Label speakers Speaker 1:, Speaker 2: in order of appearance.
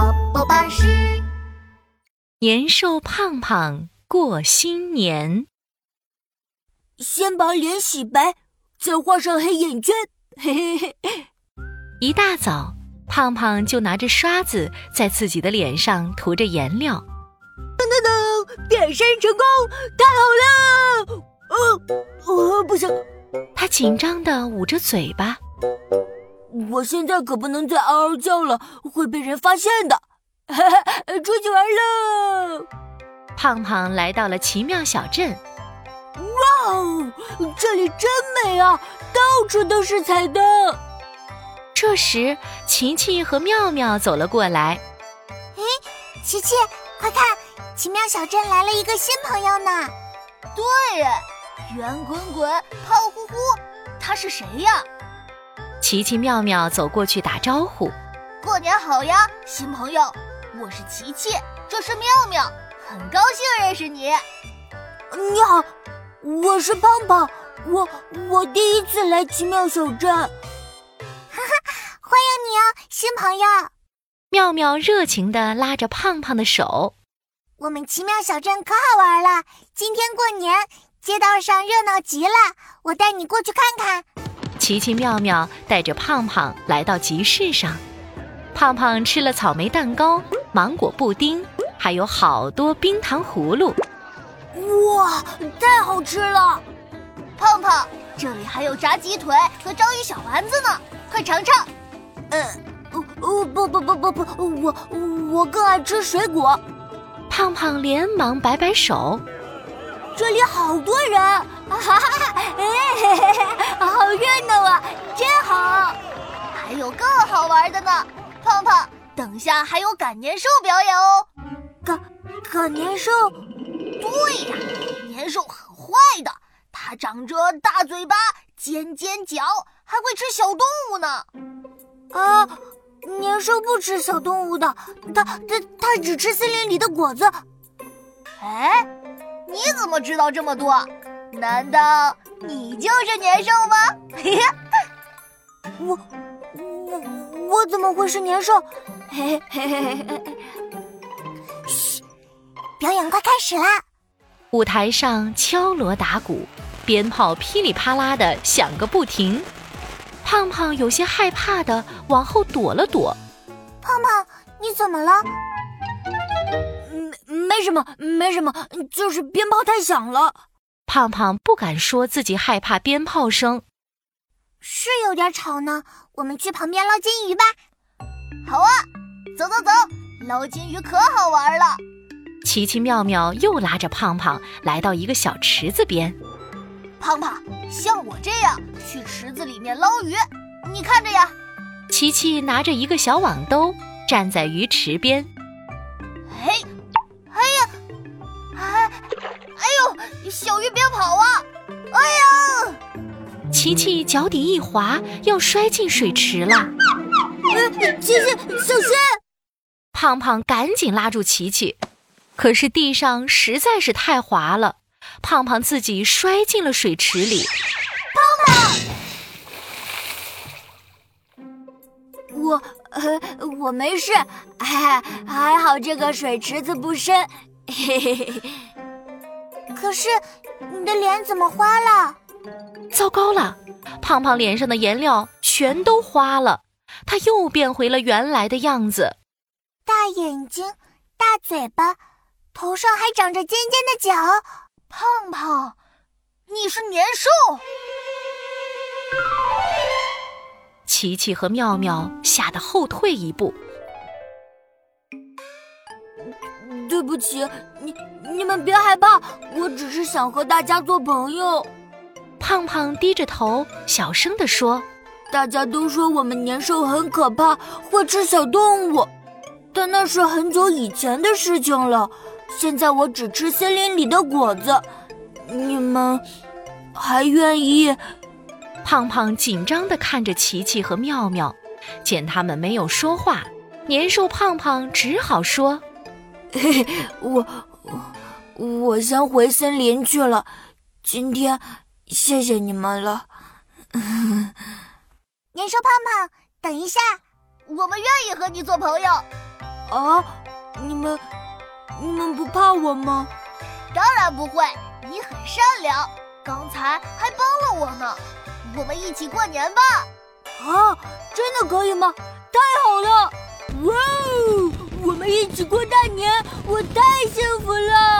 Speaker 1: 老师，
Speaker 2: 年兽胖胖过新年，
Speaker 3: 先把脸洗白，再画上黑眼圈。嘿嘿嘿，
Speaker 2: 一大早，胖胖就拿着刷子在自己的脸上涂着颜料。
Speaker 3: 噔噔噔，变身成功，太好了！呃，呃，不行，
Speaker 2: 他紧张地捂着嘴巴。
Speaker 3: 我现在可不能再嗷嗷叫了，会被人发现的。 哈哈，出去玩喽！
Speaker 2: 胖胖来到了奇妙小镇，
Speaker 3: 哇哦，这里真美啊，到处都是彩灯。
Speaker 2: 这时，琪琪和妙妙走了过来。
Speaker 1: 琪琪，快看，奇妙小镇来了一个新朋友呢。
Speaker 4: 对，圆滚滚、胖乎乎，他是谁呀？
Speaker 2: 琪琪、妙妙走过去打招呼。
Speaker 4: 过年好呀，新朋友，我是琪琪，这是妙妙，很高兴认识你。
Speaker 3: 你好，我是胖胖，我我第一次来奇妙小镇。
Speaker 1: 欢迎你哦，新朋友！
Speaker 2: 妙妙热情地拉着胖胖的手。
Speaker 1: 我们奇妙小镇可好玩了，今天过年，街道上热闹极了，我带你过去看看。
Speaker 2: 琪琪、妙妙带着胖胖来到集市上，胖胖吃了草莓蛋糕、芒果布丁，还有好多冰糖葫芦。
Speaker 3: 哇，太好吃了！
Speaker 4: 胖胖，这里还有炸鸡腿和章鱼小丸子呢，快尝尝。
Speaker 3: 哦哦不不不不不，我我更爱吃水果。
Speaker 2: 胖胖连忙摆摆手。
Speaker 3: 这里好多 人，啊哈哈，哎嘿嘿嘿，好热闹啊，真好！
Speaker 4: 还有更好玩的呢，胖胖，等下还有赶年兽表演哦。
Speaker 3: 赶赶年兽，
Speaker 4: 对呀，年兽很坏的，它长着大嘴巴、尖尖角，还会吃小动物呢。
Speaker 3: 啊，年兽不吃小动物的，它它它只吃森林里的果子。
Speaker 4: 哎，你怎么知道这么多？难道你就是年兽吗？ 嘿嘿，
Speaker 3: 我我我怎么会是 年兽？嘿嘿嘿嘿嘿嘿，
Speaker 1: 表演快开始啦！
Speaker 2: 舞台上敲锣打鼓，鞭炮噼里啪啦的响个不停。胖胖有些害怕的往后躲了躲。
Speaker 1: 胖胖，你怎么了？
Speaker 3: 没没什么没什么，就是鞭炮太响了，
Speaker 2: 胖胖不敢说自己害怕鞭炮声。
Speaker 1: 是有点吵呢，我们去旁边捞金鱼吧。
Speaker 4: 好啊，走走走，捞金鱼可好玩了。
Speaker 2: 琪琪、妙妙又拉着胖胖来到一个小池子边。
Speaker 4: 胖胖，像我这样去池子里面捞鱼，你看着呀。
Speaker 2: 琪琪拿着一个小网兜，站在鱼池边。
Speaker 4: 嘿，哎呀，哎，哎呦，小鱼别跑啊！哎呀，
Speaker 2: 琪琪脚底一滑，要摔进水池了。
Speaker 3: 琪琪小心！
Speaker 2: 胖胖赶紧拉住琪琪，可是地上实在是太滑了，胖胖自己摔进了水池里。
Speaker 3: 我呃我没事，还还好这个水池子不深。嘿嘿嘿，
Speaker 1: 可是你的脸怎么花了？
Speaker 2: 糟糕了，胖胖脸上的颜料全都花了，他又变回了原来的样子。
Speaker 1: 大眼睛，大嘴巴，头上还长着尖尖的角。
Speaker 4: 胖胖，你是年兽？
Speaker 2: 琪琪和妙妙吓得后退一步。
Speaker 3: 对不起，你你们别害怕，我只是想和大家做朋友。
Speaker 2: 胖胖低着头，小声地说
Speaker 3: 大家都说我们年兽很可怕，会吃小动物，但那是很久以前的事情了。现在我只吃森林里的果子，你们还愿意？：“
Speaker 2: 胖胖紧张地看着琪琪和妙妙，见他们没有说话，年兽胖胖只好说
Speaker 3: 我我我先回森林去了。今天谢谢你们了。
Speaker 1: 年兽胖胖，等一下，
Speaker 4: 我们愿意和你做朋友。
Speaker 3: 啊，你们，你们不怕我吗？
Speaker 4: 当然不会，你很善良，刚才还帮了我呢。我们一起过年吧！
Speaker 3: 啊，真的可以吗？太好了！哇哦，我们一起过大年，我太幸福了！